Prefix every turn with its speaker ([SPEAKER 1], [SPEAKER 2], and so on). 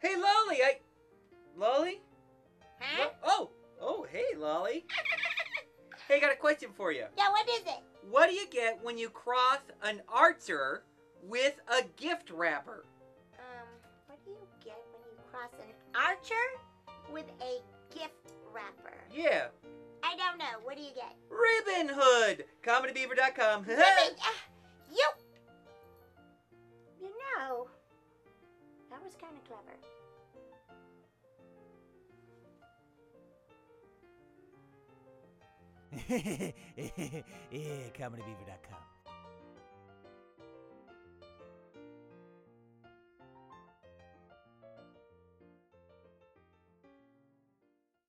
[SPEAKER 1] Hey, Lolly! I. Lolly?
[SPEAKER 2] Huh?
[SPEAKER 1] Lo- Oh! Oh, hey, Lolly! hey, I got a question for you.
[SPEAKER 2] Yeah, what is it?
[SPEAKER 1] What do you get when you cross an archer with a gift wrapper?
[SPEAKER 2] Um, what do you get when you cross an archer with a gift wrapper?
[SPEAKER 1] Yeah,
[SPEAKER 2] I don't know. What do you get?
[SPEAKER 1] Ribbon Hood! ComedyBeaver.com.
[SPEAKER 2] Ribbon- ah, you. You know, that was kind of clever.
[SPEAKER 3] yeah, comedybeaver.com.